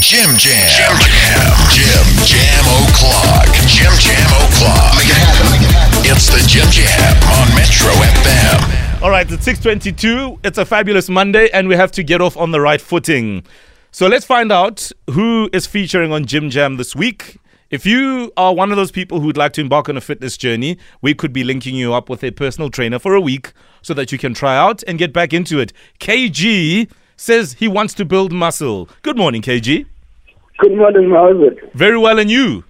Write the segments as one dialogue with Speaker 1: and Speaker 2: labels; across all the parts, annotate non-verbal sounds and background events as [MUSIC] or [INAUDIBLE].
Speaker 1: Jim Jam. Jim Jam. Jim Jam O'Clock. Jim Jam O'Clock. Make it happen. Make it happen. It's the Jim Jam on Metro FM.
Speaker 2: All right, it's 6:22. It's a fabulous Monday and we have to get off on the right footing. So let's find out who is featuring on Jim Jam this week. If you are one of those people who'd like to embark on a fitness journey, we could be linking you up with a personal trainer for a week so that you can try out and get back into it. KG says he wants to build muscle. Good morning, KG.
Speaker 3: Good morning, how is it?
Speaker 2: Very well, and you?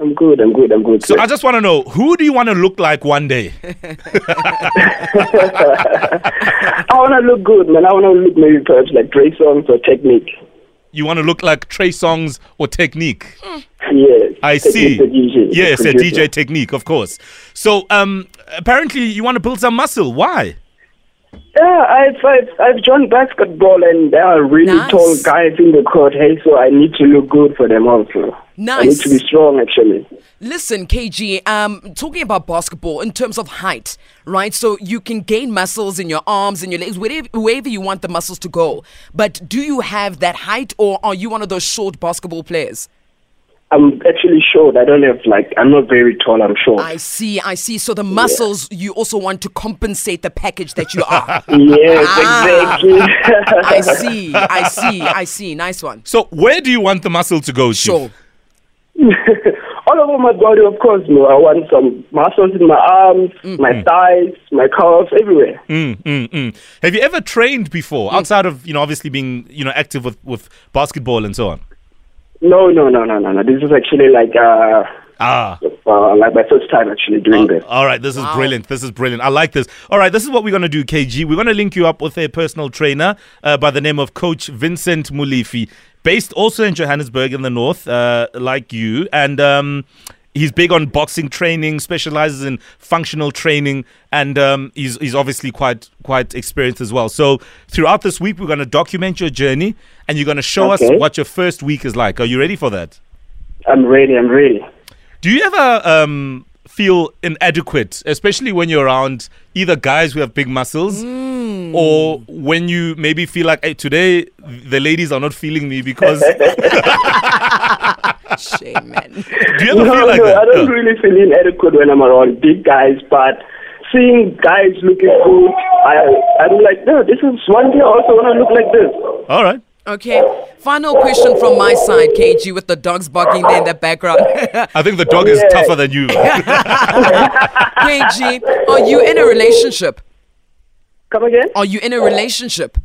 Speaker 3: I'm good, I'm good, I'm good.
Speaker 2: So I just want to know who do you want to look like one day?
Speaker 3: I want to look good, man. I want to look maybe perhaps like Drake songs or technique.
Speaker 2: You want to look like Trey Songs or Technique?
Speaker 3: Yes.
Speaker 2: I
Speaker 3: Technique
Speaker 2: see.
Speaker 3: the DJ, the
Speaker 2: yes, a
Speaker 3: producer.
Speaker 2: DJ technique, of course. So, um, apparently, you want to build some muscle. Why?
Speaker 3: Yeah, I've, I've, I've joined basketball and there are really
Speaker 4: Nice.
Speaker 3: tall guys in the court, hey, so I need to look good for them also. I need
Speaker 4: Nice.
Speaker 3: to be strong, actually.
Speaker 4: Listen, KG, um, talking about basketball in terms of height, right? So you can gain muscles in your arms and your legs, wherever, wherever you want the muscles to go. But do you have that height or are you one of those short basketball players?
Speaker 3: I'm actually short. I don't have, like, I'm not very tall, I'm short.
Speaker 4: I see, I see. So the muscles, you also want to compensate the package that you are.
Speaker 3: Yes,
Speaker 4: Ah.
Speaker 3: exactly. [LAUGHS]
Speaker 4: I see, I see, I see. Nice one.
Speaker 2: So, where do you want the muscle to go, Chief?
Speaker 4: Sure.
Speaker 3: [LAUGHS] All over my body, of course, no. I want some muscles in my arms,
Speaker 2: Mm.
Speaker 3: my thighs, my calves, everywhere.
Speaker 2: Mm-mm. Mm, Have you ever trained before, outside of you know, obviously being you know active with, with basketball and so on?
Speaker 3: No, no, no, no, no, no. This is actually like uh,
Speaker 2: Ah,
Speaker 3: uh like my first time actually doing this.
Speaker 2: all right. This is brilliant. This is brilliant. I like this. All right, this is what we're gonna do, KG. We're gonna link you up with a personal trainer uh, by the name of Coach Vincent Mulifi, based also in Johannesburg in the north, uh, like you. And um, he's big on boxing training, specializes in functional training, and um, he's he's obviously quite quite experienced as well. So throughout this week, we're gonna document your journey, and you're gonna show
Speaker 3: Okay.
Speaker 2: us what your first week is like. Are you ready for that?
Speaker 3: I'm ready. I'm ready.
Speaker 2: Do you ever um, feel inadequate, especially when you're around either guys who have big muscles
Speaker 3: Hmm.
Speaker 2: or when you maybe feel like, hey, today the ladies are not feeling me because. do
Speaker 4: Shame, man.
Speaker 2: you ever
Speaker 3: [LAUGHS] No,
Speaker 2: feel like
Speaker 3: no,
Speaker 2: that?
Speaker 3: I don't
Speaker 2: Yeah.
Speaker 3: really feel inadequate when I'm around big guys, but seeing guys looking good, I I'm like, no, this is one day I also want to look like this.
Speaker 2: All right.
Speaker 4: Okay. Final question from my side, KG, with the dogs barking there in the background. [LAUGHS]
Speaker 2: I think the dog is
Speaker 3: Yeah.
Speaker 2: tougher than
Speaker 3: [LAUGHS]
Speaker 2: you.
Speaker 4: KG, are you in a relationship?
Speaker 3: Come again?
Speaker 2: Oh.
Speaker 4: Are you in a relationship?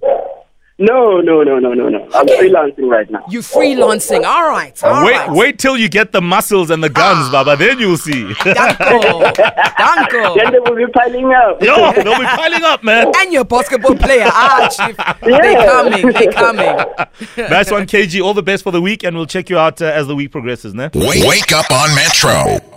Speaker 3: No, no, no, no, no, no. I'm
Speaker 4: Okay.
Speaker 3: freelancing right now.
Speaker 4: You freelancing? All right. all
Speaker 2: wait,
Speaker 4: right.
Speaker 2: wait till you get the muscles and the
Speaker 3: Ah.
Speaker 2: guns, Baba. Then you'll see. [LAUGHS]
Speaker 4: Danko.
Speaker 3: Then
Speaker 4: Danko.
Speaker 3: they will be piling up.
Speaker 2: Yo, they'll be piling up,
Speaker 3: [LAUGHS]
Speaker 2: man.
Speaker 4: And you're a basketball player. Ah, chief. They're
Speaker 3: Yeah.
Speaker 4: coming. They're coming.
Speaker 2: Nice one, KG. All the best for the week, and we'll check you out uh, as the week progresses, ne?
Speaker 1: Wake, wake up on Metro.